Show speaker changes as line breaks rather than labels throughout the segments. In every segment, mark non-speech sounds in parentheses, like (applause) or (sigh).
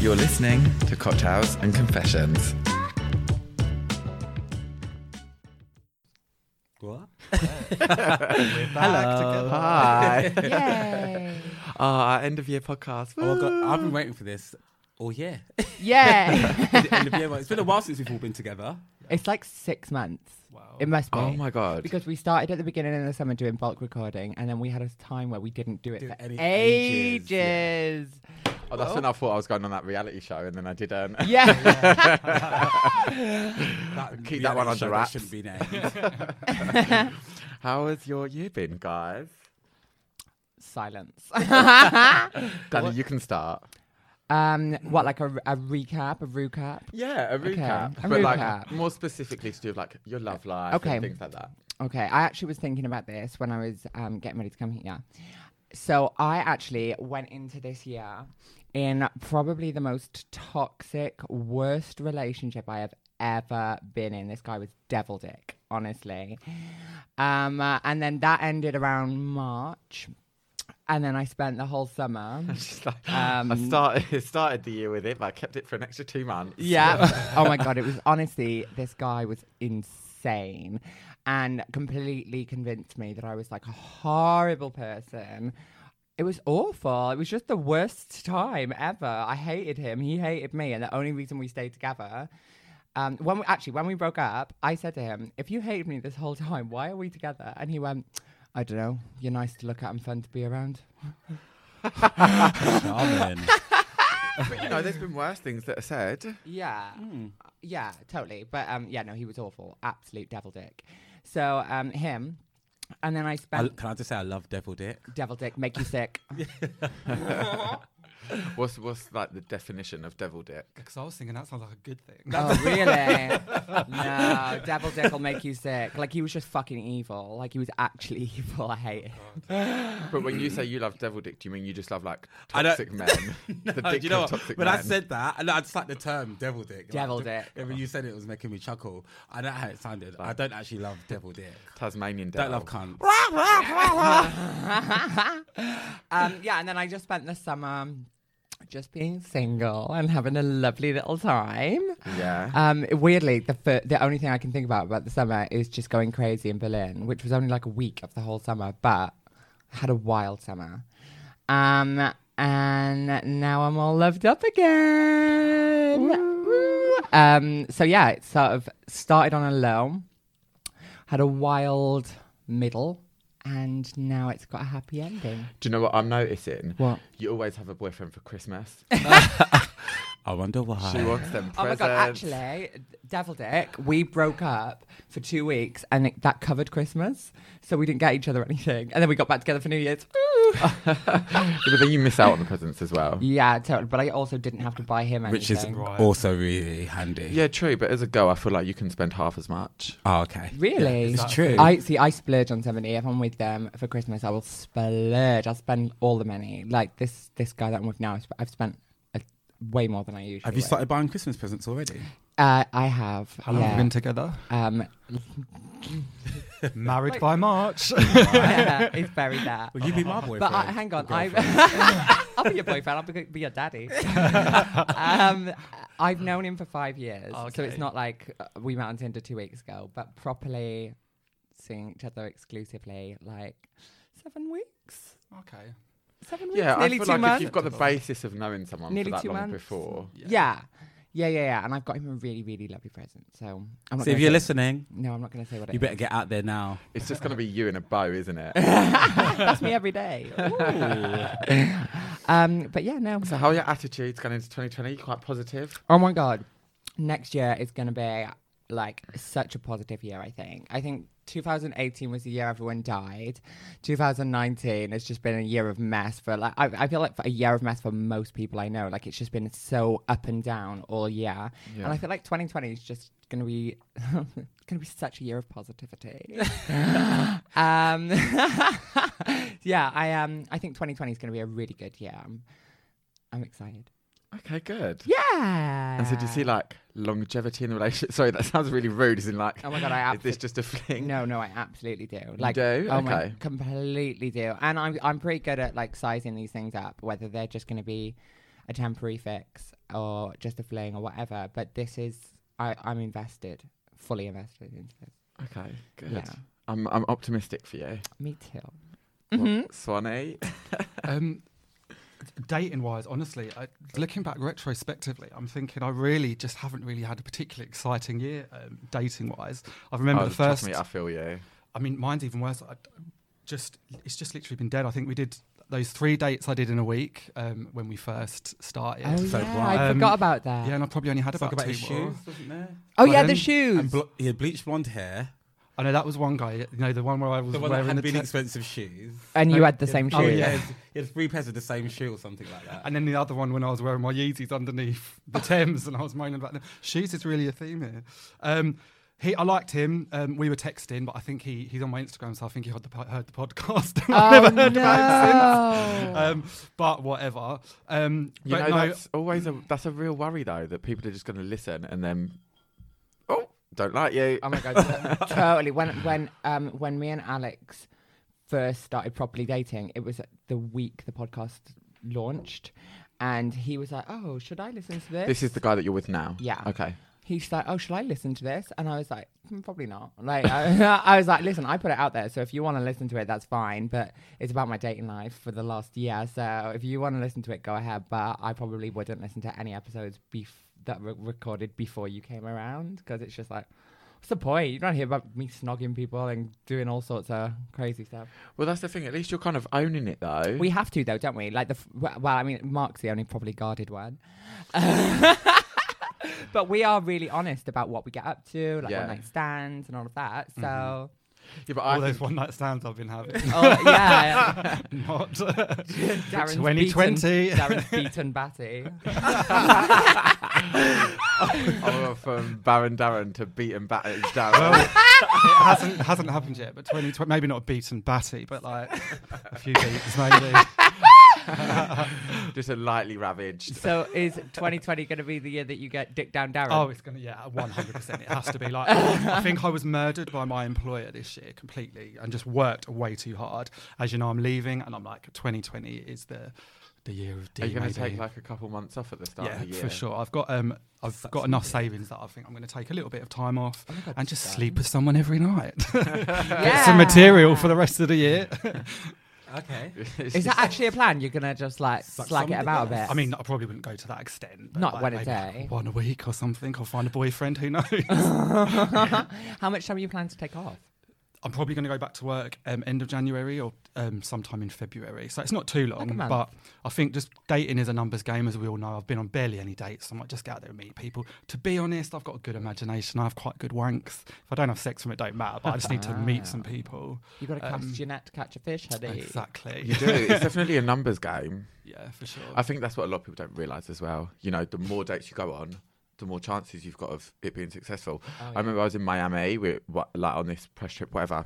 You're listening to Cocktails and Confessions.
What?
Hello.
Hi.
Yay.
oh, our end of year podcast.
Oh my god, I've been waiting for this all year.
(laughs)
Yeah.
(laughs) Is it end of year? Well, It's been a while since we've all been together.
it's like six months.
Wow.
It must be.
Oh my god.
Because we started at the beginning of the summer doing bulk recording, and then we had a time where we didn't do it
Do
for
any-
ages.
ages, yeah. (laughs)
oh, that's when I thought I was going on that reality show and then I didn't. (laughs)
Yeah.
Keep that one under wraps.
shouldn't be named.
How has your year been, guys?
Silence. (laughs)
Danny, you can start.
um, what, like a, a recap, a recap?
Yeah, a recap.
a
but like
recap.
more specifically to do with like your love life
Okay.
and things like (laughs) that.
Okay, I actually was thinking about this when I was um, getting ready to come here. So I actually went into this year in probably the most toxic, worst relationship I have ever been in. This guy was devil dick, honestly. Um, uh, and then that ended around March, and then I spent the whole summer.
Just like, I
Um,
started (laughs) started the year with it, but I kept it for an extra two months.
Yeah. (laughs) oh my god, it was honestly this guy was insane and completely convinced me that I was like a horrible person. It was awful. It was just the worst time ever. I hated him. He hated me, and the only reason we stayed together. Um, when we, actually, when we broke up, I said to him, "If you hated me this whole time, why are we together?" And he went, "I don't know. You're nice to look at and fun to be around."
(laughs) Charming.
(laughs) But you know, there's been worse things that are said.
Yeah. Yeah, totally. But um, yeah, no, he was awful. Absolute devil dick. So um, him. And then I
I,
spent
can I just say I love Devil Dick?
devil dick, make you sick.
What's what's like the definition of devil dick?
Because I was thinking that sounds like a good thing.
oh, really? no, devil dick will make you sick. Like, he was just fucking evil. Like, he was actually (laughs) evil. I hate him.
But when you say you love devil dick, do you mean you just love like
I don't-
(laughs)
toxic men? the
Oh, do you know
of
what? When I said that, and I just like the term devil dick.
Devil
like,
dick.
When you said it, it was making me chuckle. I don't know how it sounded. I don't actually love devil dick.
Tasmanian devil.
Don't love cunt.
Um, yeah, and then I just spent the summer just being single and having a lovely little time.
Yeah.
Um, weirdly, the fir- the only thing I can think about about the summer is just going crazy in Berlin, which was only like a week of the whole summer, but had a wild summer. Um, and now I'm all loved up again. Woo. Um, so yeah, it sort of started on a low, had a wild middle, and now it's got a happy ending.
do you know what I'm noticing?
What?
You always have a boyfriend for
(laughs)
Christmas.
I wonder why.
she wants them presents.
Oh my god! Actually, Devil Dick, we broke up for two weeks, and it, that covered Christmas, so we didn't get each other anything, and then we got back together for New Year's. (gasps) Woo!
But then you miss out on the presents as well.
yeah, totally. But I also didn't have to buy him anything.
Which is
Right.
also really handy.
Yeah, true. But as a girl, I feel like you can spend half as much.
Oh, okay.
really.
It's true.
I see. I splurge on somebody. If I'm with them for Christmas, I will splurge. I'll spend all the money. Like this, this guy that I'm with now, I've sp- I've spent a, way more than I usually.
Have you
would.
started buying Christmas presents already?
Uh, I have.
How long have
yeah.
we been together? (laughs)
um,
Married by
(laughs)
March.
yeah, it's very that.
Will you be my boyfriend?
But I, hang on, I've, (laughs) I'll be your boyfriend. I'll be, be your daddy. um, I've known him for five years, so
Okay.
it's not like uh, we met on Tinder two weeks ago, but properly seeing each other exclusively, like seven weeks,
okay.
seven weeks,
Yeah, I
nearly
feel
two
like if
months.
you've got the basis of knowing someone
Nearly
for that
two
long
months.
before,
yeah. (laughs) yeah, yeah, yeah, And I've got him a really, really lovely present. So I'm not.
So if
gonna
you're
say-
listening,
no, I'm not going to say what it
you
is.
better (laughs) get out there now.
it's just going to be you and a bow, isn't it?
(laughs) That's me every day. (laughs) um, but yeah, no.
So how are your attitudes going into 2020? You Quite positive.
Oh my god. Next year is going to be like such a positive year, I think. I think 2018 was the year everyone died. 2019 has just been a year of mess for like I, I feel like for a year of mess for most people I know. Like it's just been so up and down all year. And I feel like 2020 is just going to be (laughs) going to be such a year
(laughs)
of positivity. um (laughs) yeah, I um I think 2020 is going to be a really good year. I'm, I'm excited.
Okay, good.
Yeah.
And so do you see like longevity in the relationship? Sorry, that sounds really rude. Isn't like,
Oh my god, I
is this
absolutely
just a fling?
no, no, I absolutely do. Like,
do?
oh my,
Okay.
completely do. And I'm I'm pretty good at like sizing these things up, whether they're just going to be a temporary fix or just a fling or whatever. But this is I, I'm invested, fully invested into this.
Okay, good.
Yeah,
I'm I'm optimistic for you.
me too. Mm-hmm.
What, Swanee.
Um, dating wise, honestly, I, looking back retrospectively, I'm thinking I really just haven't really had a particularly exciting year um, dating wise. I remember
Oh,
the
trust
first.
me, I feel you.
I mean, mine's even worse. I just it's just literally been dead. I think we did those three dates I did in a week um, when we first started.
Oh
so
yeah,
bright.
I
Um,
forgot about that.
Yeah, and I probably only had
Talk
about,
about
two
his
more.
shoes, wasn't there?
oh yeah, the
then-
shoes.
And blo- he had bleached blonde hair.
I know that was one guy. You know, the one where I was
The one that
wearing
had
the
really
te-
expensive shoes.
and you
Oh,
had the same shoes.
Oh,
Oh
yeah.
yeah, he had three pairs of the same shoe or something like that.
and then the other one when I was wearing my Yeezys underneath the Thames, and I was moaning about them. Shoes is really a theme here. Um, he, I liked him. Um, we were texting, but I think he he's on my Instagram, so I think he heard the, po- heard the podcast.
Oh,
(laughs) I've never heard about him
no.
since. Um, but whatever. Um,
You
but
know,
no,
that's always a that's a real worry though that people are just going to listen and then, oh, don't like you.
Oh my god,
(laughs)
to- totally. When when um when me and Alex first started properly dating, it was the week the podcast launched, and he was like, "Oh, should I listen to this?"
this is the guy that you're with now.
Yeah.
Okay.
He's like, "Oh, should I listen to this?" And I was like, "Hmm, "Probably not." Like I, (laughs) I was like, "Listen, I put it out there, so if you want to listen to it, that's fine. But it's about my dating life for the last year, so if you want to listen to it, go ahead. But I probably wouldn't listen to any episodes bef- that were recorded before you came around because it's just like." What's the point? You don't hear about me snogging people and doing all sorts of crazy stuff.
Well, that's the thing. At least you're kind of owning it though.
We have to, though, don't we? Like the f- well, well, I mean, Mark's the only probably guarded one, (laughs) but we are really honest about what we get up to, like
Yeah.
one night stands and all of that. So,
yeah, but
all
I
those
think-
one night stands I've
(laughs)
been having.
oh, yeah,
Not
Darren's
2020.
beaten, Darren's beaten Batty.
(laughs) I went from um, Baron Darren to beat and batter
(laughs)
Darren.
it hasn't hasn't happened yet, but 2020 maybe not beat and batty, but like a few beats maybe.
just a lightly ravaged.
so, is 2020 going to be the year that you get dick down Darren?
Oh, it's gonna yeah, one hundred percent. It has to be like I think I was murdered by my employer this year completely, and just worked way too hard. As you know, I'm leaving, and I'm like, twenty twenty is the the year of D.
Are you going
maybe.
to take like a couple months off at the start
yeah,
of the year? (laughs)
for sure. I've got um, I've
Sucks
got
to
enough
be.
savings that I think I'm going to take a little bit of time off
my God,
and just
Darren.
sleep with someone every night. (laughs)
yeah.
Some material for the rest of the year.
Okay.
Is that actually a plan? You're gonna just like
Suck
slag it
some
about a
dick.
bit.
I mean, I probably wouldn't go to that extent. but,
Not
like,
one a
maybe like
day.
one a week or something. I'll find a boyfriend. Who knows?
how much time are you planning to take off?
I'm probably going to go back to work um, end of January or um, sometime in February. So it's not too long,
month.
but I think just dating is a numbers game, as we all know. I've been on barely any dates, so I might just get out there and meet people. To be honest, I've got a good imagination. I have quite good wanks. If I don't have sex from it, don't matter. But I just need to meet some people.
You got to
Um,
cast your net to catch a fish, honey.
(laughs) Ah.
Oh,
You (laughs)
Exactly.
do. It's definitely a numbers game.
Yeah, for sure.
I think that's what a lot of people don't realise as well. You know, the more dates you go on, the more chances you've got of it being successful.
Oh,
I remember I was in Miami, we, wa- like on this press trip, whatever,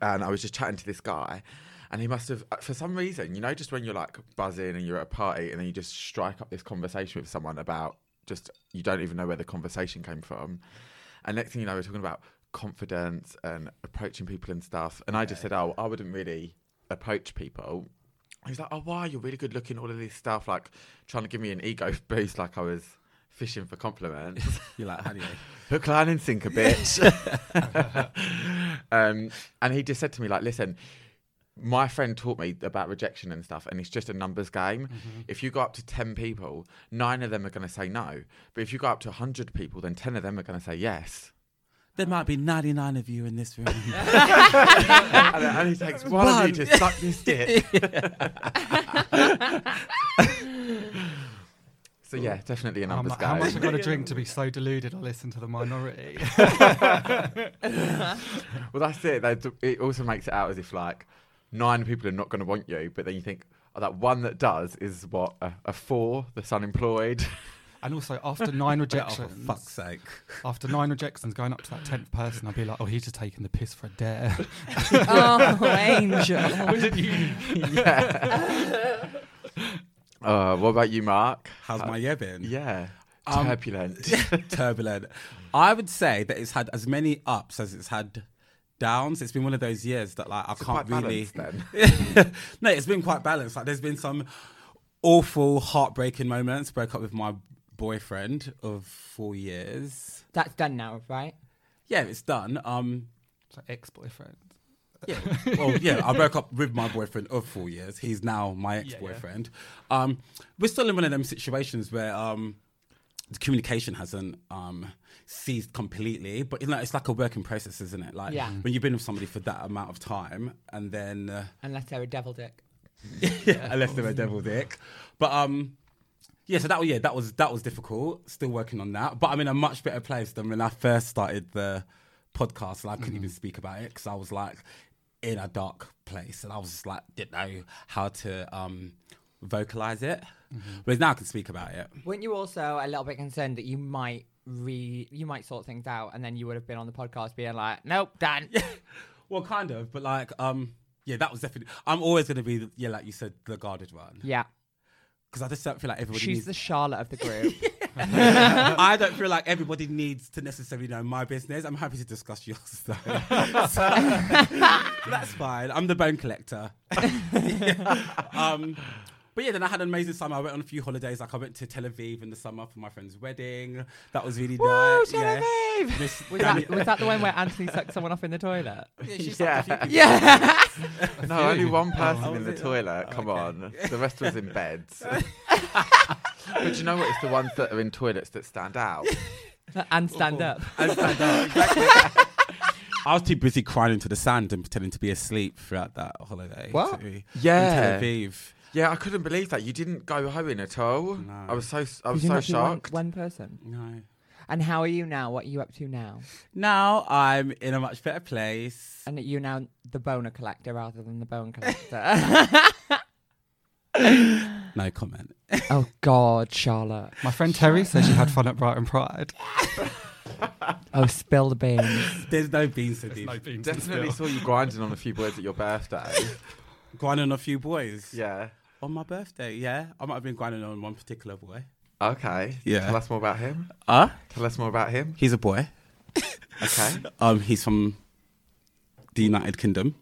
and I was just chatting to this guy, and he must have, uh, for some reason, you know, just when you're like buzzing and you're at a party, and then you just strike up this conversation with someone about just you don't even know where the conversation came from, and next thing you know, we're talking about confidence and approaching people and stuff, and I just said, oh, I wouldn't really approach people. He's like, oh, wow, you're really good looking, all of this stuff, like trying to give me an ego (laughs) boost, like I was fishing for compliments.
You're like, honey.
Hook, line, and sinker, bitch. (laughs) um, and he just said to me, like, listen, my friend taught me about rejection and stuff, and it's just a numbers game.
Mm-hmm.
If you go up to 10 people, nine of them are going to say no. But if you go up to 100 people, then 10 of them are going to say yes.
There might be 99 of you in this
(laughs)
room.
and, and he takes one of you to suck this
(laughs)
dick. (laughs) so, yeah, definitely a
How, mu-
numbers
how much
game.
I've got to drink to be so deluded I listen to the minority. (laughs)
Well, that's it. They, it also makes it out as if like nine people are not going to want you, but then you think oh, that one that does is what a, a four that's unemployed.
and also, after
(laughs)
nine
Get off, for
rejections,
fuck's sake.
after nine rejections, going up to that tenth person, I'll be like, "Oh, he's just taking the piss for a dare." (laughs)
(laughs) oh, angel.
yeah. uh, what about you, Mark?
How's my year been?
Yeah,
Um,
turbulent.
(laughs) turbulent. I would say that it's had as many ups as it's had downs. It's been one of those years that like I
It's
can't
quite
really. (laughs)
balanced then.
no, it's been quite balanced. Like there's been some awful, heartbreaking moments. Broke up with my boyfriend of four years.
That's done now, right?
Yeah, it's done. Um,
So ex-boyfriend.
yeah. Well, yeah, I broke up with my boyfriend of four years. He's now my
yeah.
ex-boyfriend. Um, we're still in one of them situations where um, the communication hasn't um, ceased completely, but you know, it's like a working process, isn't it? Like
Yeah. Mm.
when you've been with somebody for that amount of time, and then. Uh,
Unless they're a devil dick.
(laughs) yeah, unless they're a devil dick. But um, yeah. So that was yeah, that was that was difficult. Still working on that. But I'm in a much better place than when I first started the podcast, and I couldn't even speak about it because I was like in a dark place, and I was just like didn't know how to um vocalize it. Whereas now I can speak about it.
Weren't you also a little bit concerned that you might re you might sort things out and then you would have been on the podcast being like, Nope, done.
Well, kind of, but like um. Yeah, that was definitely. I'm always going to be, yeah, like you said, the guarded one.
yeah.
Because I just don't feel like everybody
She's
needs
the Charlotte of the (laughs) group.
I don't feel like everybody needs to necessarily know my business. I'm happy to discuss yours. Though. (laughs) So, that's fine. I'm the bone collector. (laughs) um, but yeah, then I had an amazing summer. I went on a few holidays. Like I went to Tel Aviv in the summer for my friend's wedding. That was really
Woo,
nice.
Tel
yeah.
Aviv!
Miss
Was that, was that the one where Anthony (laughs) sucked someone off in the toilet?
Yeah, she's like,
Yeah.
if you-
Yeah.
(laughs) No, only one person
Oh,
in the
was it?
toilet. Come on. The rest was in beds. (laughs) but you know what? It's the ones that are in toilets that stand out.
(laughs) and
Oh.
stand up.
and stand up, exactly. I was too busy crying into the sand and pretending to be asleep throughout that holiday.
What?
to-
Yeah.
In Tel Aviv.
Yeah, I couldn't believe that. You didn't go hoeing at all.
No.
I was so I was
Did
so
you not do one-
shocked.
One, person.
No.
And how are you now? What are you up to now?
Now I'm in a much better place.
And you're now the boner collector rather than the bone (laughs) collector.
No comment.
oh God, Charlotte.
My friend Terry says she had fun at Brighton Pride.
Oh, spill the beans.
(laughs) There's (laughs) no beans to deep.
Definitely saw you grinding on a few boys at your
(laughs)
birthday.
Grinding on a few boys.
yeah.
On my birthday, yeah. I might have been grinding on one particular boy.
Okay.
Yeah.
Tell us more about him.
Uh?
Tell us more about him.
He's a boy.
Okay.
Um, he's from the United Kingdom.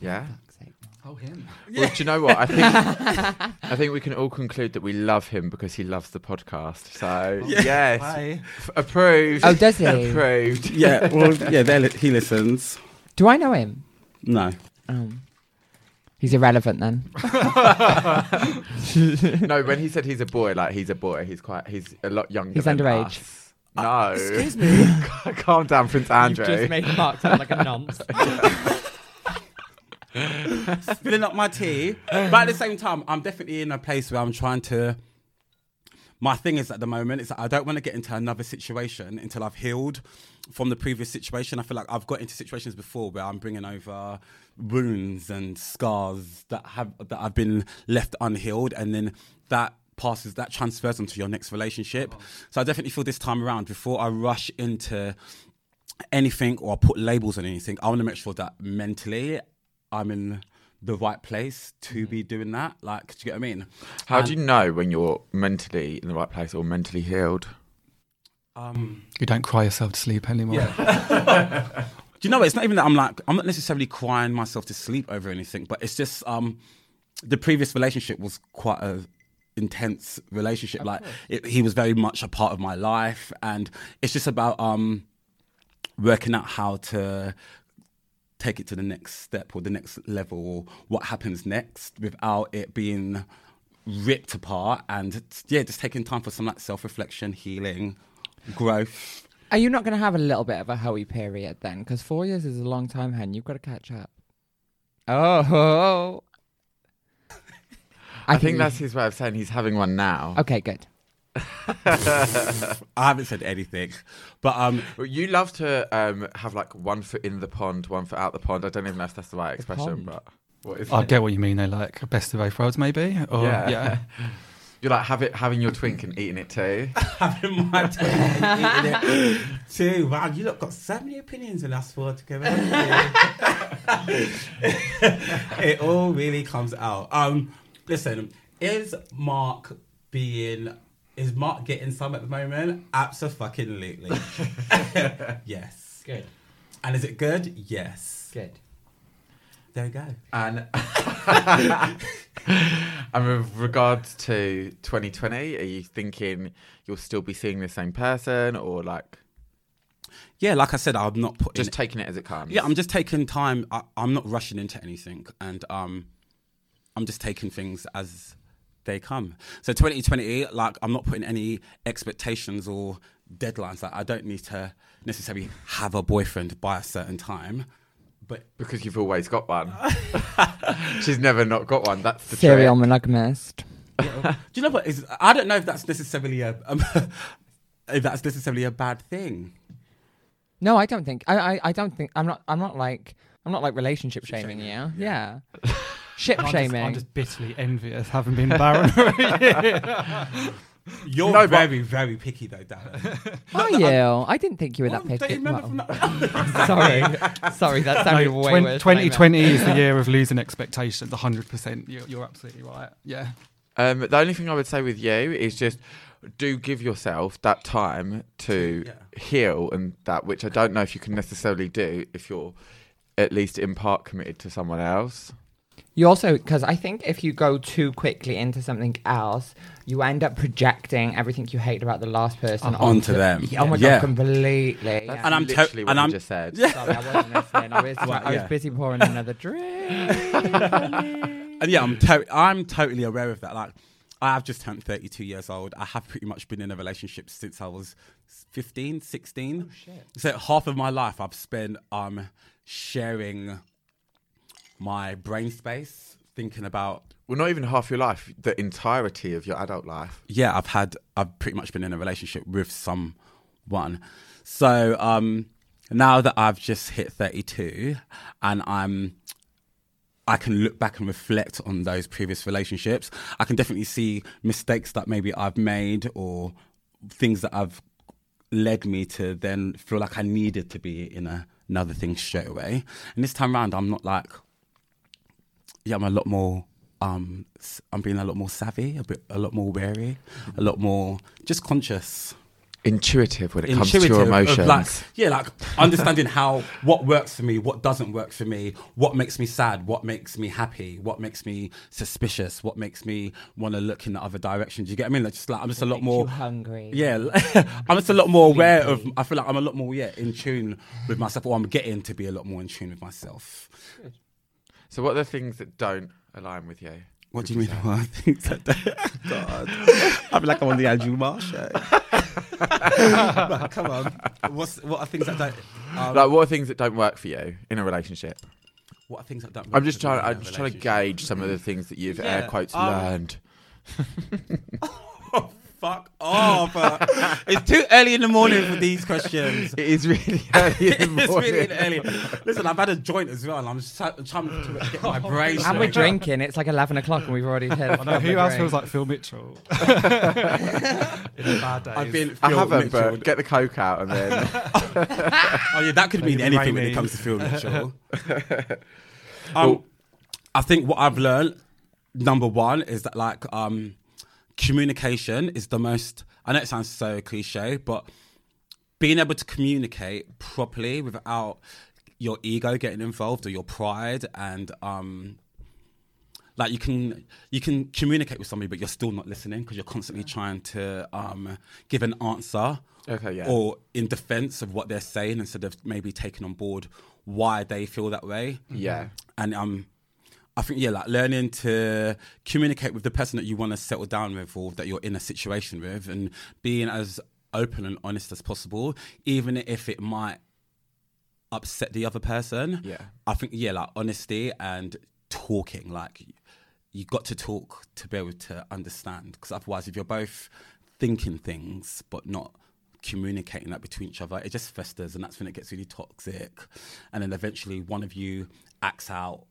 Yeah.
Fuck's sake.
Oh, him.
Well, do you know what? I think
(laughs)
I think we can all conclude that we love him because he loves the podcast. So yes,
Bye.
F- approved.
Oh, does he?
approved.
Yeah, (laughs) well, yeah, they're li- he listens.
Do I know him?
No.
Um, he's
(laughs)
irrelevant then.
No, when he said he's a boy, like he's a boy. He's quite. He's a lot younger.
He's
than
underage. Uh,
us. No. (laughs)
Excuse me.
Calm down, Prince Andrew.
made Mark sound like a nonce.
Spilling up my tea. But at the same time, I'm definitely in a place where I'm trying to. My thing is at the moment is that I don't want to get into another situation until I've healed from the previous situation. I feel like I've got into situations before where I'm bringing over wounds and scars that have that have been left unhealed, and then that passes that transfers onto your next relationship. So I definitely feel this time around before I rush into anything or put labels on anything, I want to make sure that mentally I'm in the right place to be doing that. Like, do you get what I mean?
How
Um,
do you know when you're mentally in the right place or mentally healed?
Um,
You don't cry yourself to sleep anymore.
(laughs) do you know what? It's not even that I'm like, I'm not necessarily crying myself to sleep over anything, but it's just um, the previous relationship was quite a intense relationship. like, it, he was very much a part of my life. And it's just about um, working out how to take it to the next step or the next level or what happens next without it being ripped apart and yeah just taking time for some like self-reflection healing growth
(laughs) Are you not going to have a little bit of a hoey period then? Because four years is a long time, hen. You've got to catch up. (laughs) Oh.
I think that's his way of saying he's having one now.
Okay, good.
i haven't said anything but (laughs) um
Well, You love to um, have like one foot in the pond, one foot out the pond. I don't even know if that's the right expression,
pond.
but what is
I
it?
get what you mean. They like best of both worlds, maybe. Or,
Yeah.
yeah.
You like have it, having your twink and eating it too.
having my day (laughs) too wow you look got so many opinions in us four together haven't you? (laughs) it all really comes out um listen is mark being is mark getting some at the moment absolutely (laughs) yes
Good.
And is it good? Yes.
Good.
There you go.
And (laughs) and with regards to 2020, are you thinking you'll still be seeing the same person, or like
Yeah, like I said, I'm not putting.
just taking it as it comes?
yeah, I'm just taking time. I, I'm not rushing into anything, and um, I'm just taking things as they come. So 2020, like I'm not putting any expectations or deadlines. Like I don't need to necessarily have a boyfriend by a certain time, but
because you've always got one. She's never not got one. That's the
Serial
trick.
monogamist.
Do you know what is? I don't know if that's necessarily a (laughs) um, if that's necessarily a bad thing.
No, I don't think. I, I, I don't think. I'm not. I'm not like. I'm not like relationship shaming you. Yeah. Ship
I'm just,
shaming.
I'm just bitterly envious, having been barren (laughs) for a year.
You're
No, but-
very very picky though, Darren.
Are you? I didn't think you were that
Oh, don't you
picky.
remember
well,
from that?
(laughs) sorry, sorry, that sounded way
Twen-
worse. than I meant.
2020 is the year of losing expectations, 100%. You're, you're absolutely right. Yeah.
Um, the only thing I would say with you is just do give yourself that time to
Yeah.
heal and that, which I don't know if you can necessarily do if you're at least in part committed to someone else.
You also, because I think if you go too quickly into something else, you end up projecting everything you hate about the last person
Onto them.
Yeah, oh my
Yeah.
god, completely. yeah.
And I'm to-
literally what
and
you
I'm-
just said.
sorry, I wasn't listening.
(laughs)
I was,
Right,
I was
yeah.
busy pouring another drink.
And yeah, I'm to- I'm totally aware of that. Like, I have just turned 32 years old. I have pretty much been in a relationship since I was 15, 16. So half of my life I've spent um sharing my brain space, thinking about
Well, not even half your life, the entirety of your adult life.
yeah, I've had I've pretty much been in a relationship with someone. So um now that I've just hit 32 and I'm I can look back and reflect on those previous relationships. I can definitely see mistakes that maybe I've made or things that I've led me to then feel like I needed to be in a, another thing straight away. And this time round, I'm not like, yeah, I'm a lot more. Um, s- I'm being a lot more savvy, a bit, a lot more wary, a lot more just conscious,
Intuitive when it comes to
intuitive,
your
of
emotions.
like, yeah, like understanding how what works for me, what doesn't work for me, what makes me sad, what makes me happy, what makes me suspicious, what makes me want to look in the other direction. Do you get what I mean? Like, just like I'm just a lot
Makes
more
you hungry.
yeah, (laughs) like, I'm just a lot more aware of. I feel like I'm a lot more yeah in tune with myself, or I'm getting to be a lot more in tune with myself.
so, what are the things that don't align with you?
What do you mean? Well, (laughs) I think that,
(laughs)
(laughs) God, I feel like I'm on the Andrew Marsh show. Like, come on, what's what are things that don't? Um,
Like, what are things that don't work for you in a relationship?
what are things that don't?
I'm
work
just
for
trying.
me in a
I'm just trying to
relationship?
gauge some of the things that you've air
Yeah,
quotes
um,
learned.
Oh, fuck
(laughs)
off! uh, it's too early in the morning for these questions.
It is
(laughs)
really early in the
it's
morning.
really early. Listen, I've had a joint as well, and I'm just try- trying to
(laughs)
get
Oh,
my brain.
And we're
straight.
drinking. It's like 11 o'clock and
(laughs)
we've already hit.
I know who else feels like Phil Mitchell. In the bad days.
I've been.
I
Phil
haven't,
Mitchell.
but get the coke out and then.
(laughs) Oh yeah, that could mean
be
anything when it
raining.
comes to Phil Mitchell. um, I think what I've learned, number one, is that like um, communication is the most. I know it sounds so cliche, but being able to communicate properly without your ego getting involved or your pride and um, like you can you can communicate with somebody, but you're still not listening because you're constantly trying to um, give an answer
Okay, yeah.
or in defense of what they're saying instead of maybe taking on board why they feel that way.
yeah.
And um, I think, yeah, like learning to communicate with the person that you want to settle down with or that you're in a situation with and being as open and honest as possible, even if it might upset the other person.
Yeah.
I think, yeah, like honesty and talking, like you got to talk to be able to understand because otherwise, if you're both thinking things but not communicating that between each other, it just festers and that's when it gets really toxic. And then eventually, one of you acts out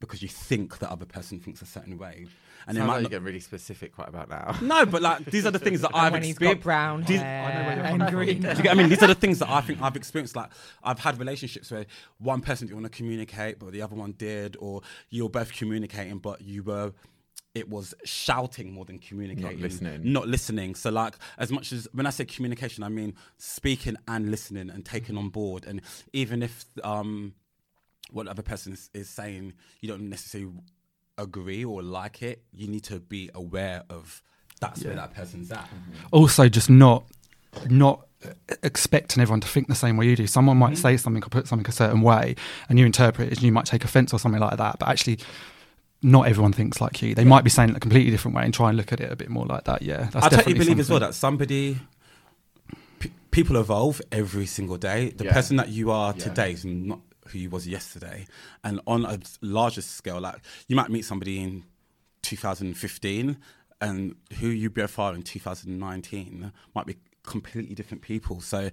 because you think the other person thinks a certain way. And it
Sounds like
might
you're
not.
getting really specific right about now.
No, but like these are the
(laughs)
things that I've
When he's got
experienced.
brown
These-
hair and green.
Do you get what I mean? These are the things that I think I've experienced. Like I've had relationships where one person didn't want to communicate, but the other one did, or you were both communicating, but you were it was shouting more than communicating.
listening.
Not listening. So like as much as when I say communication, I mean speaking and listening and taking on board. And even if um what the other person is, is saying, you don't necessarily agree or like it. You need to be aware of that's where that person's at.
also just not not expecting everyone to think the same way you do. Someone might say something or put something a certain way, and you interpret it, and you might take offence or something like that. But actually, not everyone thinks like you. They might be saying it a completely different way and try and look at it a bit more like that. Yeah, that's
I totally
definitely
believe as well
something.
that somebody, p- people evolve every single day. The
Yeah.
person that you are
Yeah.
today is not who you was yesterday. And on a s- larger scale, like you might meet somebody in 2015 and who you by far in 2019 might be completely different people. So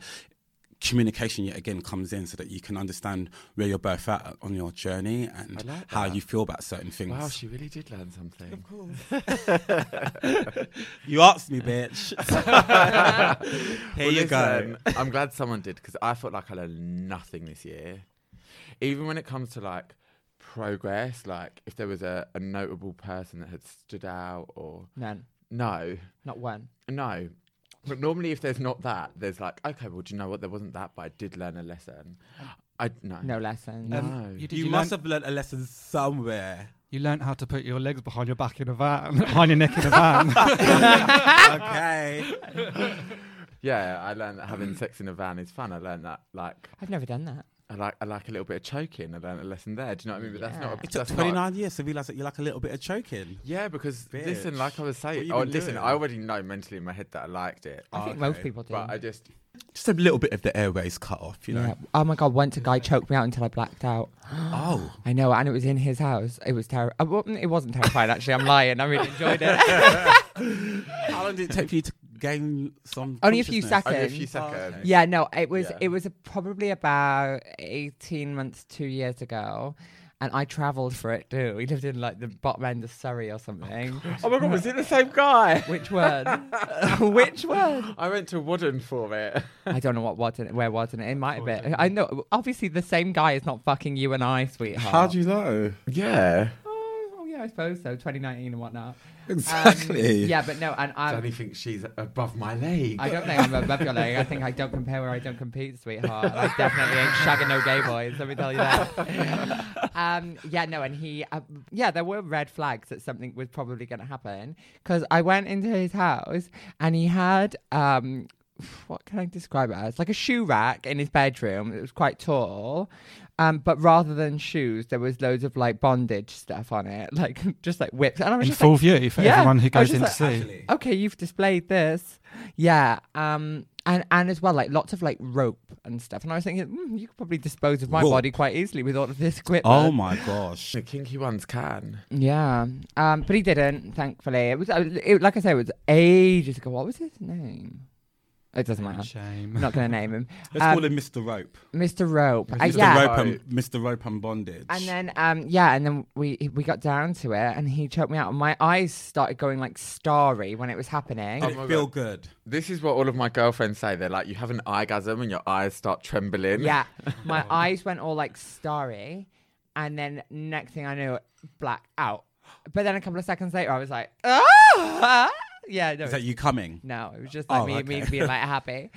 communication yet again comes in so that you can understand where you're both at uh, on your journey and
I like
how
that.
you feel about certain things.
Wow, she really did learn something.
(laughs)
(laughs)
you asked me, bitch. (laughs) (laughs) Here
Well,
you go.
listen, I'm glad someone did because I felt like I learned nothing this year. Even when it comes to like progress, like if there was a, a notable person that had stood out or
(laughs) None.
no,
Not one.
no. But normally, if there's not that, there's like, okay, well, do you know what? There wasn't that, but I did learn a lesson. I no,
No lessons.
no.
you, did,
You, must have learned a lesson somewhere.
you learned how to put your legs behind your back in a van, (laughs) behind your neck in a van.
Ah! okay. (laughs)
yeah, I learned that
(clears throat)
having sex in a van is fun. I learned that like
I've never done that.
I like I like a little bit of choking. I learned a lesson there. Do you know what I mean? But that's not.
Yeah.
A,
It took
that's not-
29 years to realize that you like a little bit of choking.
Yeah, because listen,
Bitch.
like I was saying,
you
oh,
been
listen,
doing?
I already know mentally in my head that I liked it, Uh,
I think most people do.
but I just
Just a little bit of the airways cut off, you know?
Yeah. Oh my god! Once a guy choked me out until I blacked out.
Oh.
I know, and it was in his house. It was terrifying. It wasn't terrifying actually. I'm lying. I really
(laughs)
enjoyed it.
How long did it take for you to gain some?
Only a few
consciousness?
only a
Second.
few seconds.
okay.
yeah, no, it was
Yeah.
it was probably about eighteen months, two years ago, and I travelled for it too. We lived in like the bottom end of Surrey or something.
Oh my god, was it the same guy?
(laughs) Which one? Which one?
(laughs) I went to Wooden for it.
I don't know what wasn't where wasn't it. It might have been. I know. Obviously, the same guy is not fucking you and I, sweetheart.
How do you know?
Yeah.
Oh, oh, yeah, I suppose so. 2019 and whatnot. Um,
Exactly.
yeah, but no, and I.
Danny thinks she's above my league.
I don't think I'm above your leg. I think I don't compare where I don't compete, sweetheart. And I definitely ain't shagging no gay boys. Let me tell you that. um, yeah, no, and he, uh, yeah, there were red flags that something was probably going to happen because I went into his house and he had. Um, what can I describe it as? Like a shoe rack in his bedroom. It was quite tall. Um, but rather than shoes, there was loads of like bondage stuff on it, (laughs) like just like whips. And I was
in
just like,
full view for
Yeah,
everyone who
I was
goes in
just
to
like,
see.
okay, you've displayed this. Yeah. Um and, and as well, like lots of like rope and stuff. And I was thinking, mm, you could probably dispose of my
Rope.
body quite easily with all of this equipment.
Oh my gosh.
The kinky ones can.
Yeah. Um, but he didn't, thankfully. It was, uh, it, like I said, it was ages ago. What was his name? It doesn't matter.
Shame.
I'm not going to name him. (laughs)
Let's
Um,
call him Mr. Rope.
Mr. Rope. Uh,
Mr.
Mr.
yeah.
Rope and Mr. Rope and Bondage.
And then, um, yeah, and then we we got down to it, and he choked me out, and my eyes started going like starry when it was happening.
Did
Oh my
it feel
God.
good?
This is what all of my girlfriends say. They're like, you have an orgasm and your eyes start trembling. (laughs)
(laughs)
Yeah, my eyes went all like starry, and then next thing I knew, black out. But then a couple of seconds later, I was like, ah, (laughs) yeah, no,
Is that you coming?
no, it was just like
Oh,
me, me
okay. Oh,
being
(laughs)
like happy.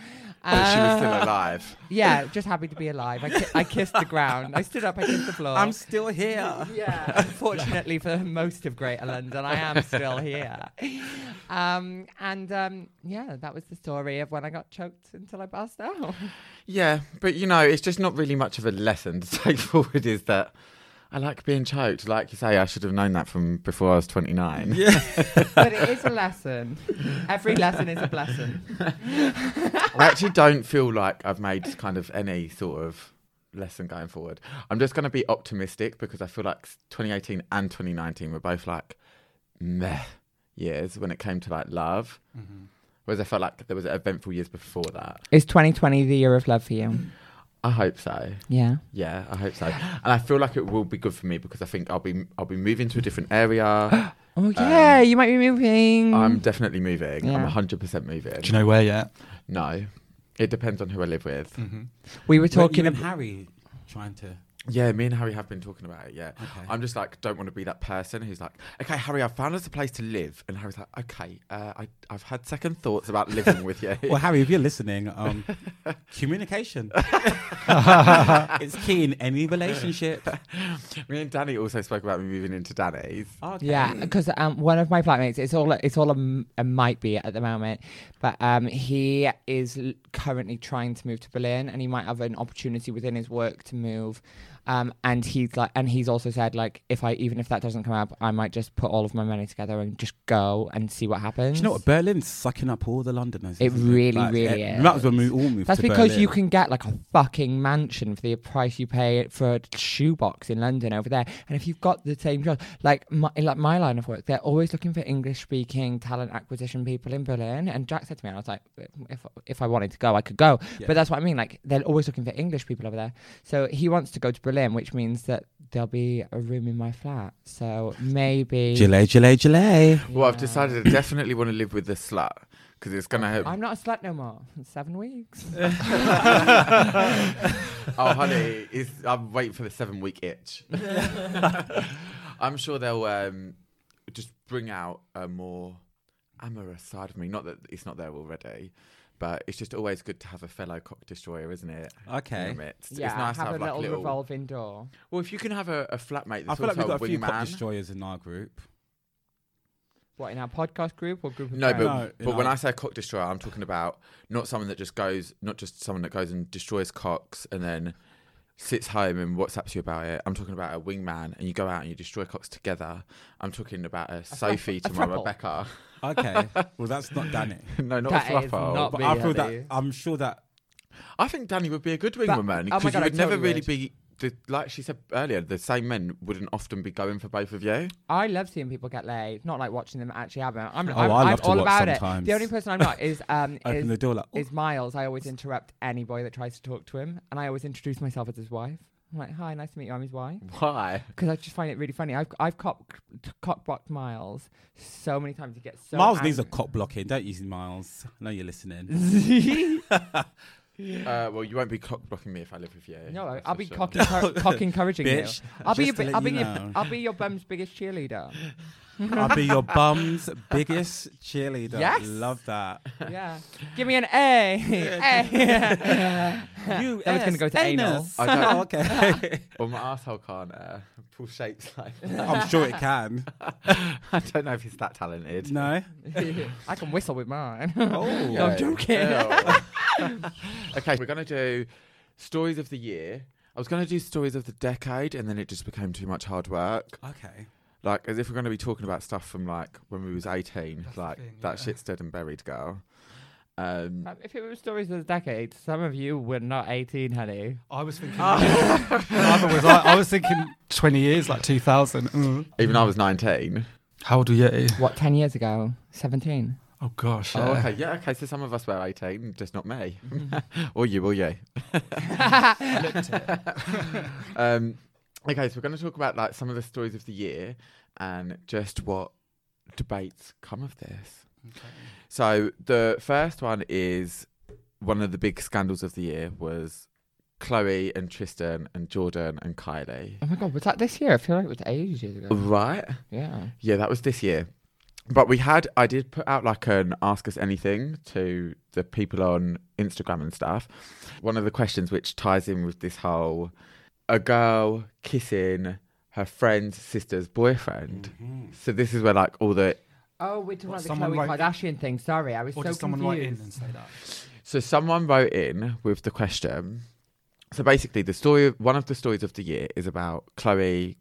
But Oh, she was still
Uh,
alive.
Yeah, just happy to be alive. I, ki- I kissed the ground. I stood up. I
(laughs)
kissed the floor.
I'm still (laughs) here.
(laughs) yeah, unfortunately for most of Greater London, I am still here. Um, and um, yeah, that was the story of when I got choked until I passed out.
Yeah, but you know, it's just not really much of a lesson to (laughs) take forward is that I like being choked. Like you say, I should have known that from before I was 29. (laughs) Yeah.
but it is a lesson. Every lesson is a blessing.
I actually don't feel like I've made kind of any sort of lesson going forward. I'm just going to be optimistic because I feel like 2018 and 2019 were both like meh years when it came to like love.
Mm-hmm.
Whereas I felt like there was eventful years before that.
Is 2020 the year of love for you?
I hope so.
Yeah.
Yeah, I hope so. And I feel like it will be good for me because I think I'll be I'll be moving to a different
(gasps)
area.
Oh yeah, Um, you might be moving.
I'm definitely moving.
Yeah.
I'm 100% moving.
Do you know where yet?
No. It depends on who I live with.
we were
Talking
talking
of
about.
Harry trying to
Yeah, me and Harry have been talking about it. Yeah, I'm just like don't want to be that person who's like, okay, Harry, I've found us a place to live, and Harry's like, okay, uh, I I've had second thoughts about living with you.
Well, (laughs) Harry, if you're listening, um, communication. it's key in any relationship.
(laughs) me and Danny also spoke about me moving into Danny's.
Okay.
Yeah, because um, one of my flatmates, it's all it's all a, m- a might be at the moment, but um, he is l- currently trying to move to Berlin, and he might have an opportunity within his work to move. Um, and he's like, and he's also said like, if I even if that doesn't come up, I might just put all of my money together and just go and see what happens.
Do you know what? Berlin's sucking up all the Londoners.
It
isn't
really, really
eh, That's when we
is.
all moved
That's
to
because
Berlin.
you can get like a fucking mansion for the price you pay for a shoebox in London over there. And if you've got the same job, like my, like my line of work, they're always looking for English speaking talent acquisition people in Berlin. And Jack said to me, and I was like, if, if I wanted to go, I could go.
Yeah.
But that's what I mean. Like they're always looking for English people over there. So he wants to go to Berlin, which means that there'll be a room in my flat. So maybe.
Gillet, Gillet, Gillet.
Well, I've
Yeah. Oh,
decided I definitely want to live with the slut because it's gonna. help.
I'm not a slut no more. Seven
(laughs)
weeks. (laughs)
(laughs)
oh, honey, it's, I'm waiting for the seven week itch. (laughs) I'm sure they'll um, just bring out a more amorous side of me. Not that it's not there already, but it's just always good to have a fellow cock destroyer, isn't it? In
Okay.
your midst.
Yeah,
it's nice
have,
to have
a
like
little revolving door.
Well, if you can have a, a flatmate
I
that's
feel like
also
we've got a few cop
wingman.
destroyers in our group.
What in our podcast group or group of
no, but
friends?
No,
but
no.
when I say cock destroyer, I'm talking about not someone that just goes, not just someone that goes and destroys cocks and then sits home and WhatsApps you about it. I'm talking about a wingman, and you go out and you destroy cocks together. I'm talking about a, Sophie to my
throuple.
Rebecca.
Okay. well, that's not Danny.
(laughs) no, not
That
a
is
throuple.
not-
But
Me,
I feel
Danny.
that I'm sure that
I think Danny would be a good wingman
oh my
because
God,
you
I
would never
totally
really
would.
be. The, like she said earlier, the same men wouldn't often be going for both of you.
I love seeing people get laid. Not like watching them actually have it. I'm,
Oh,
I'm,
I
I'm
love to
all
watch
about
sometimes.
it. The only person I'm not is um
(laughs) open the
is,
door like. "Oh,
is Miles. I always interrupt any boy that tries to talk to him, and I always introduce myself as his wife. I'm like, hi, nice to meet you. I'm his wife.
Why?
Because I just find it really funny. I've I've cock cockblocked Miles so many times. He gets so
oh, Miles
angry.
needs a cop blocking, don't you, Miles? I know you're listening.
Uh, well, you won't be cock blocking me if I live with you.
(laughs) No, I-
That's
I'll
for
be
sure.
cock, encour- cock
(laughs)
encouraging
Bitch,
you. I'll be, your,
just to
bi-
let
I'll, be
you
your,
know.
I'll be your bum's biggest cheerleader.
I'll be
(laughs)
your bum's biggest cheerleader.
Yes.
Love that.
Yeah. Give me an A.
(laughs)
A.
You
That was gonna go to
anus.
anal. I don't-
Oh, (laughs)
(laughs)
okay.
Well, my asshole can't uh, pull shapes (laughs) like that.
I'm sure it can.
I (laughs) don't know if he's that talented.
No.
I can whistle with
(laughs)
mine.
Oh.
No, I'm joking.
Ew. okay, we're gonna do stories of the year. I was gonna do stories of the decade, and then it just became too much hard work.
Okay.
Like as if we're gonna be talking about stuff from like when we was eighteen.
That's the
like
thing,
that
yeah.
shit's dead and buried, girl. Um,
Um, if it was stories of the decade, some of you were not 18,
(laughs)
honey.
I was
(laughs)
thinking.
Ah.
Neither was (laughs) I, I was thinking 20 years, like 2000. Mm.
even I was nineteen.
How old are you?
What, 10 years ago?
(laughs)
17?
Oh gosh.
Oh,
yeah.
okay, yeah, okay. So some of us were eighteen, just not me,
Oh
or you, or you. um, okay, so we're going to talk about like some of the stories of the year and just what debates come of this. So the first one is one of the big scandals of the year was Chloe and Tristan and Jordan and Kylie.
Oh my god, was that this year? I feel like it was ages ago.
Right?
Yeah.
Yeah, that was this year. But we had, I did put out like an ask us anything to the people on Instagram and stuff. One of the questions which ties in with this whole a girl kissing her friend's sister's boyfriend.
Mm.
So this is where like all the
Oh, we're talking
What,
about the
someone
Khloe
wrote-
Kardashian thing. Sorry, I was
Or
so
did someone write in
confused.
and say that?
So someone wrote in with the question. So basically, the story, one of the stories of the year, is about Chloe,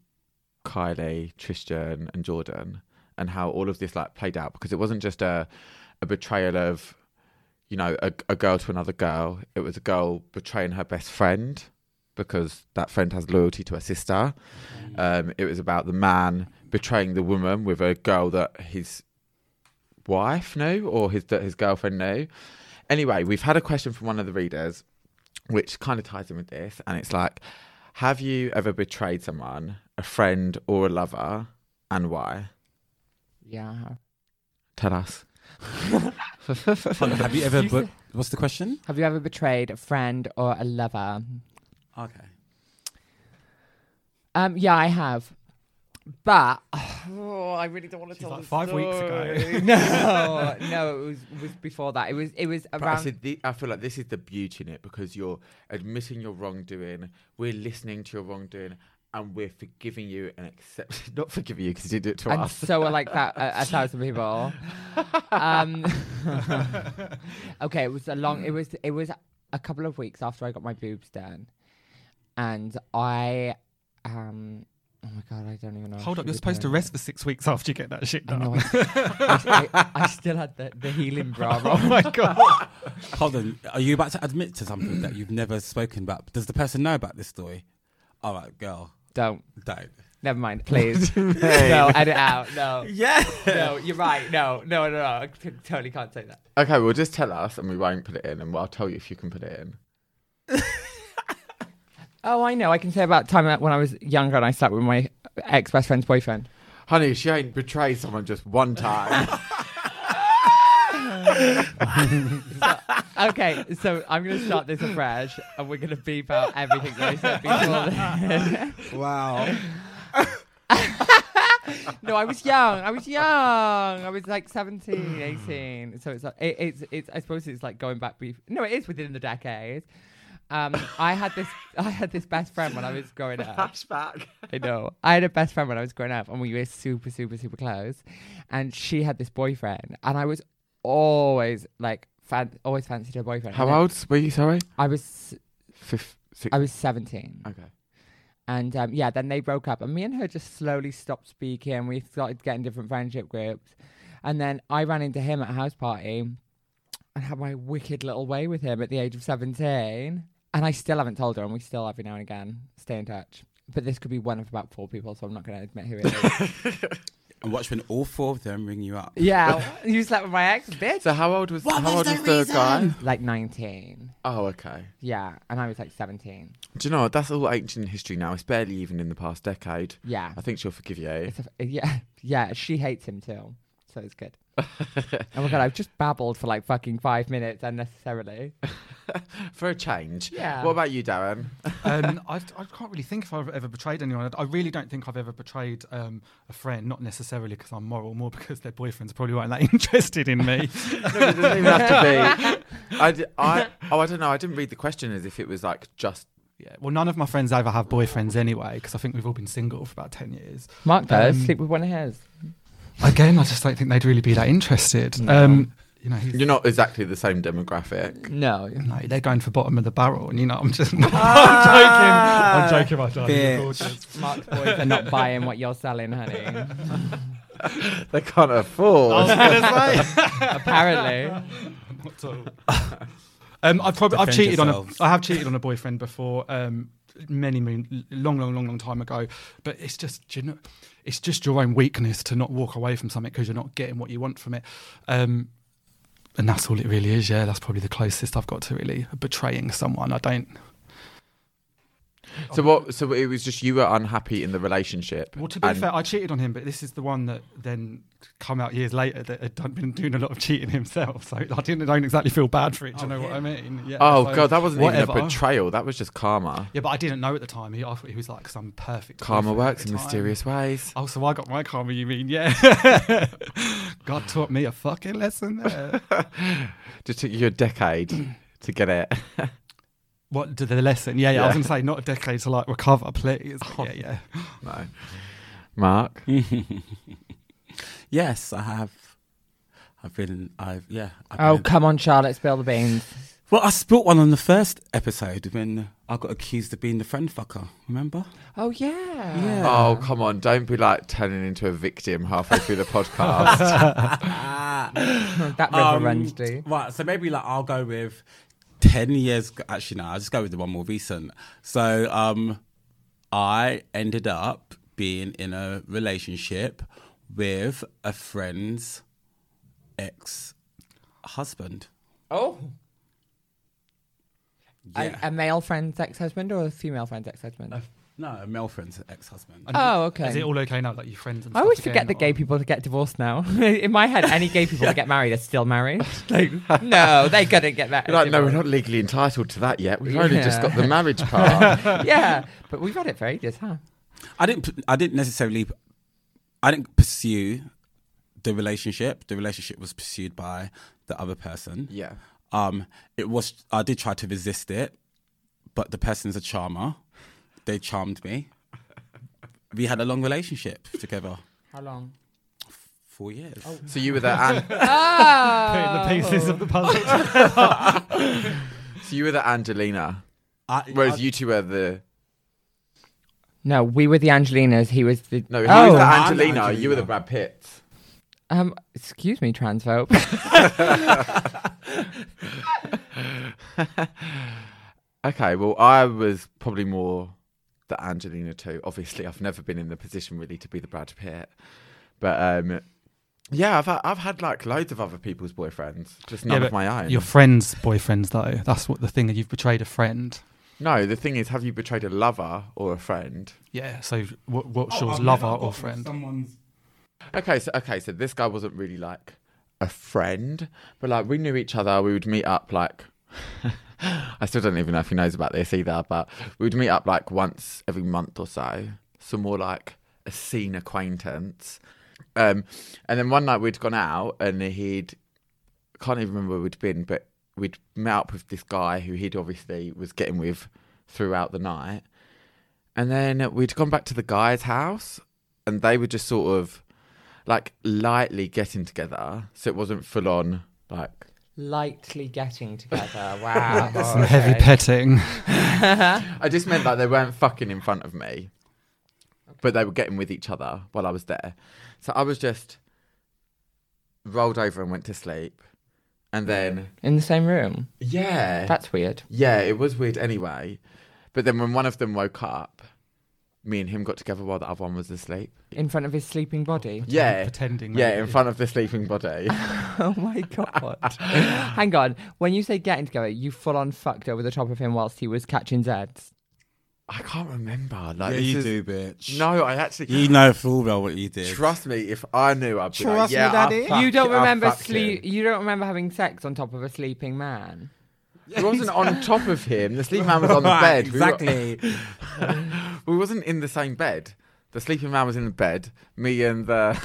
Kylie, Tristan, and Jordan, and how all of this like played out because it wasn't just a a betrayal of, you know, a, a girl to another girl. It was a girl betraying her best friend because that friend has loyalty to her sister. Um, it was about the man betraying the woman with a girl that his wife knew or his that his girlfriend knew. Anyway, we've had a question from one of the readers, which kind of ties in with this, and it's like, have you ever betrayed someone, a friend or a lover, and why?
Yeah.
Tell us.
Have you ever? Bu- what's the question?
Have you ever betrayed a friend or a lover?
Okay.
Um, yeah, I have. But (sighs) oh, I really don't want to
She's
tell
like
this
five weeks ago.
story.
(laughs)
no, no, it was was before that. It was it was
But I,
around.
said the, I feel like this is the beauty in it because you're admitting your wrongdoing, we're listening to your wrongdoing, and we're forgiving you and accepting, (laughs) not forgiving you because you did it to
And (laughs)
us.
so are like that a, a thousand people.
(laughs)
Um, okay, it was a long. It was it was a couple of weeks after I got my boobs done, and I um. Oh my god, I don't even know.
Hold
if she
up, you're
was
supposed to
doing it.
rest for six weeks after you get that shit
I
done. (laughs)
know. I, I, I still had the, the healing bra
Oh (laughs)
on.
my
(laughs)
god.
Hold on. Are you about to admit to something that you've never spoken about? Does the person know about this story? All right, girl.
Don't.
Don't.
Never mind, please. (laughs) no, edit out. No.
Yeah.
No, you're right. No, no, no, no. I t- totally can't say that.
okay, well, just tell us and we won't put it in, and I'll tell you if you can put it in.
Oh, I know. I can say about time that when I was younger and I slept with my ex best friend's boyfriend.
Honey, she ain't betrayed someone just
(laughs)
one time.
Okay, so I'm going to start this afresh and we're going to beep out everything that I said before.
Wow.
(laughs) no, I was young. I was young. I was like 17, 18. So it's like, it, it's it's I suppose it's like going back. Brief. No, it is within the decade. Um, I had this I had this best friend when I was growing up.
Flashback.
I know. I had a best friend when I was growing up, and we were super, super, super close. And she had this boyfriend, and I was always like, fan- always fancied her boyfriend.
How
And then
old were you, sorry?
I was,
Fifth, six.
I was seventeen,
okay.
and um, yeah, then they broke up, and me and her just slowly stopped speaking. We started getting different friendship groups, and then I ran into him at a house party, and had my wicked little way with him at the age of seventeen. And I still haven't told her, and we still every now and again stay in touch. But this could be one of about four people, so I'm not going to admit who it is.
And watch when all four of them ring you
(laughs)
up.
Yeah, you slept with my ex, bitch.
So how old was
What
how
was
old
the
was the guy?
reason?
Like 19.
Oh, okay.
Yeah, and I was like 17.
Do you know what? That's all ancient history now. It's barely even in the past decade.
Yeah.
I think she'll forgive you.
It's a, yeah, (laughs) yeah, she hates him too. So it's (laughs) good. oh my god, I've just babbled for like fucking five minutes unnecessarily.
For a change.
Yeah.
What about you, Darren?
um, I, I can't really think if I've ever betrayed anyone. I really don't think I've ever betrayed um, a friend, not necessarily because I'm moral, more because their boyfriends probably weren't that (laughs) interested
(laughs)
in me.
No, it doesn't even have to be. I, d- I- oh, I don't know. I didn't read the question as if it was like just.
yeah, well, none of my friends ever have boyfriends anyway, because I think we've all been single for about 10 years.
Mark does
Um,
sleep with one of his.
Again, I just don't think they'd really be that interested.
No.
Um, you know, he's,
You're not exactly the same demographic.
No.
no, they're going for bottom of the barrel, and you know, I'm just. (laughs) I'm joking, my darling. you're
bitch.
(laughs)
gorgeous.
Mark's boys are not buying what you're selling, (laughs) honey.
They can't afford.
Oh. (laughs)
Apparently.
Not at all. um, I've probably I've
Defend
cheated
yourselves.
on a I have cheated on a boyfriend before, um, many moon, long, long, long, long time ago. But it's just do you know, it's just your own weakness to not walk away from something because you're not getting what you want from it. Um, and that's all it really is. Yeah, that's probably the closest I've got to really betraying someone. I don't.
so what? So it was just you were unhappy in the relationship.
Well, to be
and-
fair, I cheated on him, but this is the one that then come out years later that had done, been doing a lot of cheating himself. So I didn't don't exactly feel bad for it. Do you know what I mean? Yeah,
Oh
so
god, that wasn't even a
whatever.
betrayal. That was just karma.
Yeah, but I didn't know at the time. He, I thought he was like some perfect.
Karma
boyfriend
works
at the
in
time.
mysterious ways.
Oh, so I got my karma. You mean yeah? (laughs) God taught me a fucking lesson there.
Just took you a decade to get it.
what to the lesson? Yeah, yeah. I
Yeah. Oh.
was gonna say not a decade to like recover, please. Yeah, yeah.
No, Mark.
yes, I have. I've been. I've yeah. I've
Oh,
been-
come on, Charlotte, spill the beans.
well, I spilt one on the first episode when I got accused of being the friend fucker. Remember?
Oh, yeah.
Yeah.
Oh come on! Don't be like turning into a victim halfway through the podcast.
(laughs) That river
Um,
runs deep.
Right, so maybe like I'll go with ten years. g- Actually, no, I'll just go with the one more recent. So, um, I ended up being in a relationship with a friend's ex husband.
Oh.
Yeah.
A, a male friend's ex husband or a female friend's ex husband?
No, a male friend's ex husband.
Oh, okay.
Is it all okay now? Like your friends and
I
stuff
always forget
again,
that gay
or-
people get divorced now. (laughs) In my head, any gay people that get married are
(laughs)
still married. Like, (laughs) no, they couldn't get married.
You're (laughs) like,
(laughs)
no, we're not legally entitled to that yet. We've only just got the marriage part.
yeah, but we've had it for ages, huh?
I didn't. p- I didn't necessarily. I didn't pursue the relationship. The relationship was pursued by the other person.
Yeah.
Um, it was. I did try to resist it, but the person's a charmer. They charmed me. We had a long relationship together,
How long?
four years.
Oh.
So you were there, and
Putting the pieces of the
Oh.
puzzle.
so you were the Angelina,
I,
whereas you two were the
No, we were the Angelinas. He was the.
no, he
oh,
was the
I'm
Angelina, You were
Angelina.
the Brad Pitt.
um, excuse me, transphobe.
(laughs) Okay, well, I was probably more the Angelina too. Obviously, I've never been in the position really to be the Brad Pitt, but um, yeah, I've had, I've had like loads of other people's boyfriends, just none
Yeah,
of
but
my own.
Your friend's boyfriends, though. That's what the thing that you've betrayed a friend.
No, the thing is, have you betrayed a lover or a friend?
Yeah. So what, what's
oh,
Oh,
yours, lover or friend?
Someone's
Okay, so okay, so this guy wasn't really like a friend, but like we knew each other. We would meet up like (laughs) I still don't even know if he knows about this either, but we would meet up like once every month or so. So more like a scene acquaintance. Um, and then one night we'd gone out and he'd can't even remember where we'd been, but we'd met up with this guy who he'd obviously was getting with throughout the night. And then we'd gone back to the guy's house and they were just sort of like lightly getting together. So it wasn't full on like
(laughs) Lightly getting (laughs) together. Wow.
Some heavy petting. (laughs)
I just meant that they weren't fucking in front of me, but they were getting with each other while I was there. So I was just rolled over and went to sleep. And then,
In the same room.
yeah,
That's weird.
yeah, it was weird anyway. But then when one of them woke up, me and him got together while the other one was asleep.
In front of his
(laughs)
sleeping body.
Yeah,
Pretending.
yeah,
that
in
you-
front of the sleeping body. (laughs)
Oh my god. Hang on. When you say getting together, you full on fucked over the top of him whilst he was catching Zeds.
I can't remember. Like,
yeah,
this
you
is-
do, bitch.
No, I actually.
you know full well what you did.
Trust me, if I knew, I'd be like,
Trust me,
yeah, I
Daddy.
fucked-
you don't
I
remember
fucked him.
sleep. You don't remember having sex on top of a sleeping man.
(laughs) He wasn't on top of him. The sleeping man was on the bed.
Right,
We were-
Exactly.
(laughs) We, wasn't in the same bed. The sleeping man was in the bed. Me and the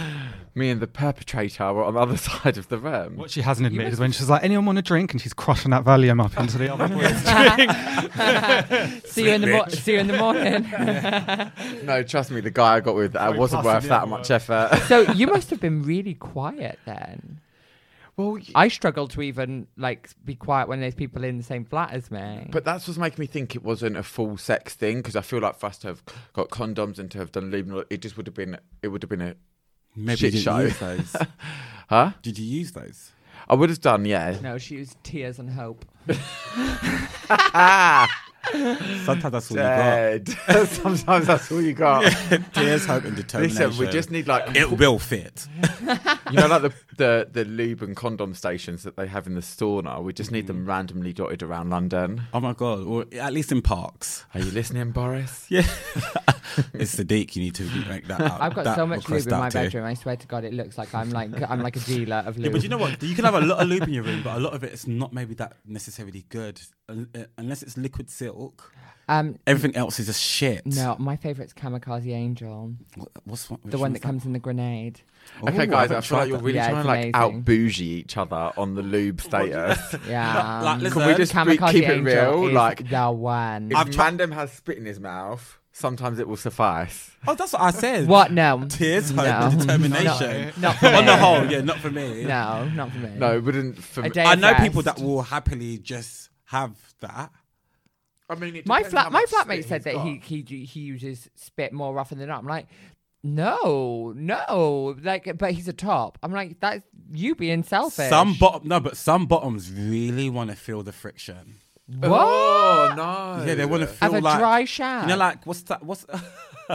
(laughs) me and the perpetrator were on the other (laughs) side of the room.
What she hasn't admitted is when she's like, anyone want a drink? And she's crushing that Valium up into the other boy's drink.
See you in the mo- see you in
(laughs)
the morning.
No, trust me, the guy I got with uh,
Sorry,
wasn't
passing
worth
the
that
other
much
(laughs)
one.
effort.
so you must have been really quiet then.
well,
I struggled to even like be quiet when there's people in the same flat as me.
but that's what's making me think it wasn't a full sex thing because I feel like for us to have got condoms and to have done lubing, it just would have been it would have been a
Maybe
Shit
you didn't
show.
use those.
(laughs) huh.
Did you use those?
I would have done, yeah.
no, she used tears and hope.
Ah,
Sometimes that's all
dead.
(laughs)
Sometimes that's all you got.
you got. Tears, hope, and determination.
Listen, we just need like
It will fit.
You know, like the, the the lube and condom stations that they have in the store now. We just need
Mm.
them randomly dotted around London.
Oh my god! Or at least in parks.
Are you listening, Boris?
Yeah. it's Sadiq. You need to make that. Out,
I've got
Oh, that
so much lube
request
in my
out to.
bedroom. I swear to God, it looks like I'm like I'm like a dealer of
(laughs)
lube.
Yeah, but you know what? You can have a lot of lube in your room, but a lot of it is not maybe that necessarily good, Un- uh, unless it's liquid silk.
um,
Everything else is just shit.
no, my favorite's Kamikaze Angel,
What, what's one,
the one that comes in the grenade.
(laughs) Oh,
Okay, guys, I feel like you're really
Yeah,
trying
it's
to like
amazing.
out bougie each other on the lube status.
Yeah,
Like, listen,
Can we just be-
Kamikaze
keep it
Angel
real?
is
Like,
the one.
if
I've tri-
Mandem has spit in his mouth, sometimes it will suffice.
Oh, that's what I (laughs) said.
What? No.
Tears, hope,
(laughs) No.
and determination.
Not for
On the
me.
whole, yeah, not for me.
No, not for me.
No, it wouldn't. For
A
me.
day
I
of
know people
rest.
that will happily just have that.
I mean, it
My
depends how
flat, my
much spit
flatmate
he's
said that
got.
he, he he uses spit more often than not. I'm like, no, no, like, but he's a top. I'm like, that's you being selfish.
Some bottom, no, but some bottoms really want to feel the friction.
what?
Oh no!
Yeah, they want to feel
Have a
like
dry shaft.
You know, like what's that? What's (laughs)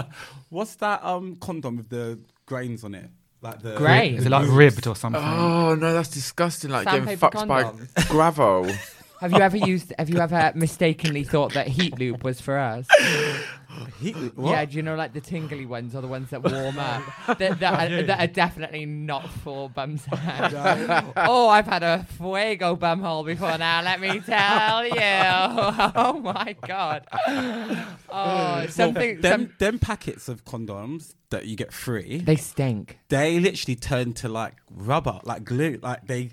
what's that? Um, condom with the grains on it, like the
Great.
Is it like ribbed or something?
Oh no, that's Oh, disgusting! Like getting
Sandpaper
fucked by
condoms.
gravel.
Have you ever used? Have you ever mistakenly thought that heat loop was for us? Yeah, do you know like the tingly ones are the ones that warm up? that, that, are, that are definitely not for bum's hands. oh, I've had a fuego bum hole before now. Let me tell you. (laughs) Oh my god. Oh, something.
them,
some,
them packets of condoms that you get free, they,
they stink.
literally turn to like rubber, like glue. Like they,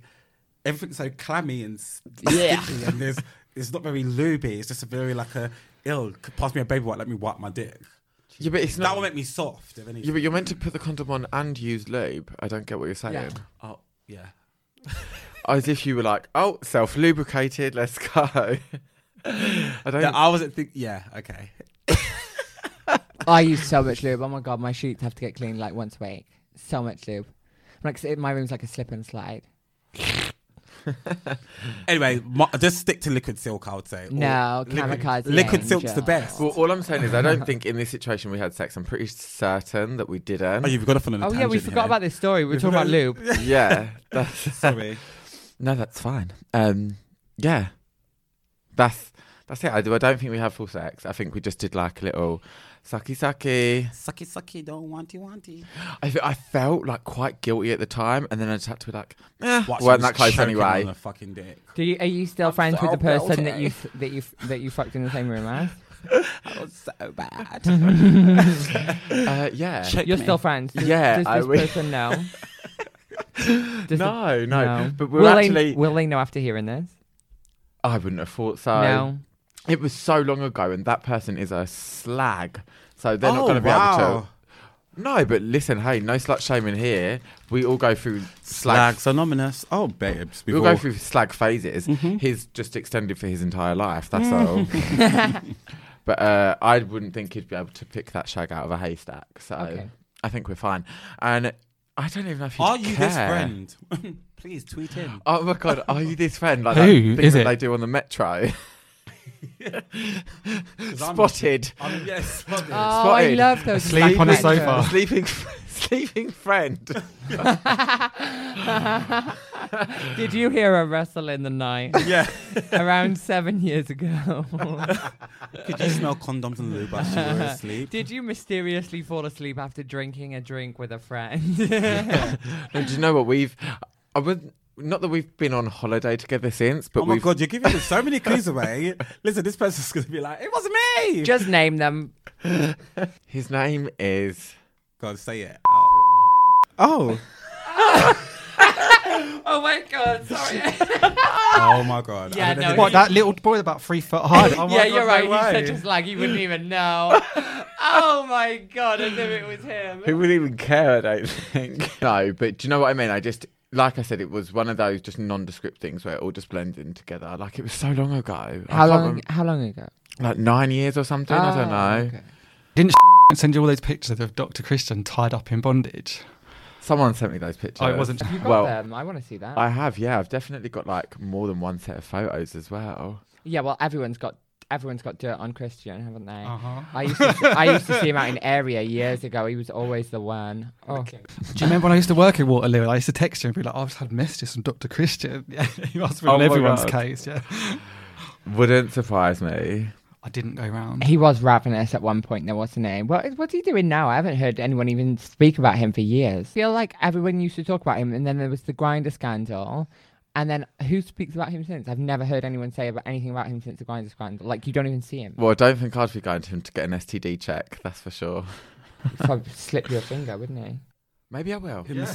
everything's so clammy and s-
Yeah.
sticky, and there's it's not very lubey. It's just a very like a ill. Pass me a baby wipe, let me wipe my dick.
Yeah, but it's
That
not.
will make me soft. If anything.
yeah, but you're meant to put the condom on and use lube. I don't get what you're saying.
oh yeah.
As if you were like, oh, self lubricated, let's go. (laughs) I don't.
Yeah, I wasn't think. Yeah, okay.
I use so much lube. Oh my god, my sheets have to get cleaned like once a week. So much lube. Like s- my room's like a slip and slide.
Anyway, mo- just stick to liquid silk. I would say. Or
No, kamikaze.
liquid silk's the
angel.
(laughs)
best.
well, all I'm saying is, I don't think in this situation we had sex. I'm pretty certain that we didn't.
Oh, you've got off on a
Oh
tangent
yeah, we forgot
here. (laughs)
about this story. We were talking about lube.
yeah. That's,
Sorry.
(laughs) no, that's fine. Um, yeah. That's that's it. I, do, I don't think we had full sex. I think we just did like a little sucky sucky.
sucky, sucky, don't wanty, wanty.
I, fe- I felt like quite guilty at the time, and then I just had to be like, eh,
Watch
weren't
him
that close
choking
anyway.
On a fucking dick.
Do you, are you still
I'm
friends
so
with the person that
guilty.
you f- that you f- that you fucked in the same room as?
That was
(laughs)
so (laughs) bad.
Uh, yeah.
You're still friends. Does,
Yeah,
does
I
this
will.
person know? Does the-
No, no, But we were
will
actually.
They, will they know after hearing this?
I wouldn't have thought so.
no.
It was so long ago, and that person is a slag. So they're not
Oh,
going to be able
wow.
to. No, but listen, hey, no slut shaming here. We all go through slag.
Slags anonymous. Oh, babes.
We
we've
all
all- Mm-hmm.
go through slag phases. He's just extended for his entire life. That's
(laughs)
all. (laughs) but uh, I wouldn't think he'd be able to pick that shag out of a haystack. So
Okay.
I think we're fine. And I don't even know if he'd
Are you
care.
this friend? (laughs) Please tweet him.
Oh my god, are you this friend? Like
Who
that thing
is
that
it?
they do on the metro.
(laughs) 'Cause I'm-
Spotted.
I'm- yes, (laughs) spotted.
Ah.
Oh, I
Spotted.
love those.
Asleep
black
on a
men
sofa.
jokes.
(laughs) sleeping sleeping friend.
(laughs)
(laughs) Did you hear a wrestle in the night
yeah.
around seven years ago?
(laughs)
(laughs)
Could you smell condoms and lube as you were (laughs) asleep?
Did you mysteriously fall asleep after drinking a drink with
(laughs)
a friend? (laughs)
And do you know what we've I would not that we've been on holiday together since, but
oh my
we've
god, you're giving me so many clues away. Listen, this person's gonna be like, it wasn't me.
Just name them.
his name is
god, say it.
(laughs)
Oh.
Oh my god, sorry.
Oh my god.
Yeah,
I don't
no,
know.
What, that little boy about three foot
(laughs)
high? Oh my
yeah,
God,
you're
no
right.
way.
He's such a slag, you wouldn't even know. oh my god, as if it was him.
Who would even care, I don't think. (laughs) No, but do you know what I mean? I just like I said, it was one of those just nondescript things where it all just blends in together. Like it was so long ago. I
How
can't
long?
remember-
How long ago?
like nine years or something. I don't
Ah,
know.
okay.
Didn't send you all those pictures of Dr. Christian tied up in bondage?
Someone sent me those pictures.
Oh, it wasn't.
You got
Well,
them. I want to see that.
I have, yeah. I've definitely got like more than one set of photos as well.
yeah, well, everyone's got everyone's got dirt on Christian, haven't they?
Oh.
Uh-huh.
I used to see, I used to see him
(laughs)
out in area years ago. He was always the one. Oh.
Do you remember when I used to work in Waterloo and I used to text you and be like, "Oh, I've just had messages from Dr. Christian? (laughs) Yeah, he must have been
Oh
on
my
everyone's
God.
case. Yeah.
Wouldn't surprise me.
I didn't go round.
He was ravenous at one point. There was a name. What what's he doing now? I haven't heard anyone even speak about him for years. I feel like everyone used to talk about him, and then there was the grinder scandal. And then who speaks about him since? I've never heard anyone say about anything about him since the grinder scandal. Like you don't even see him.
Well, I don't think I'd be going to him to get an STD check. That's for sure.
He'd (laughs) probably slip your finger, wouldn't he?
Maybe I will.
Him-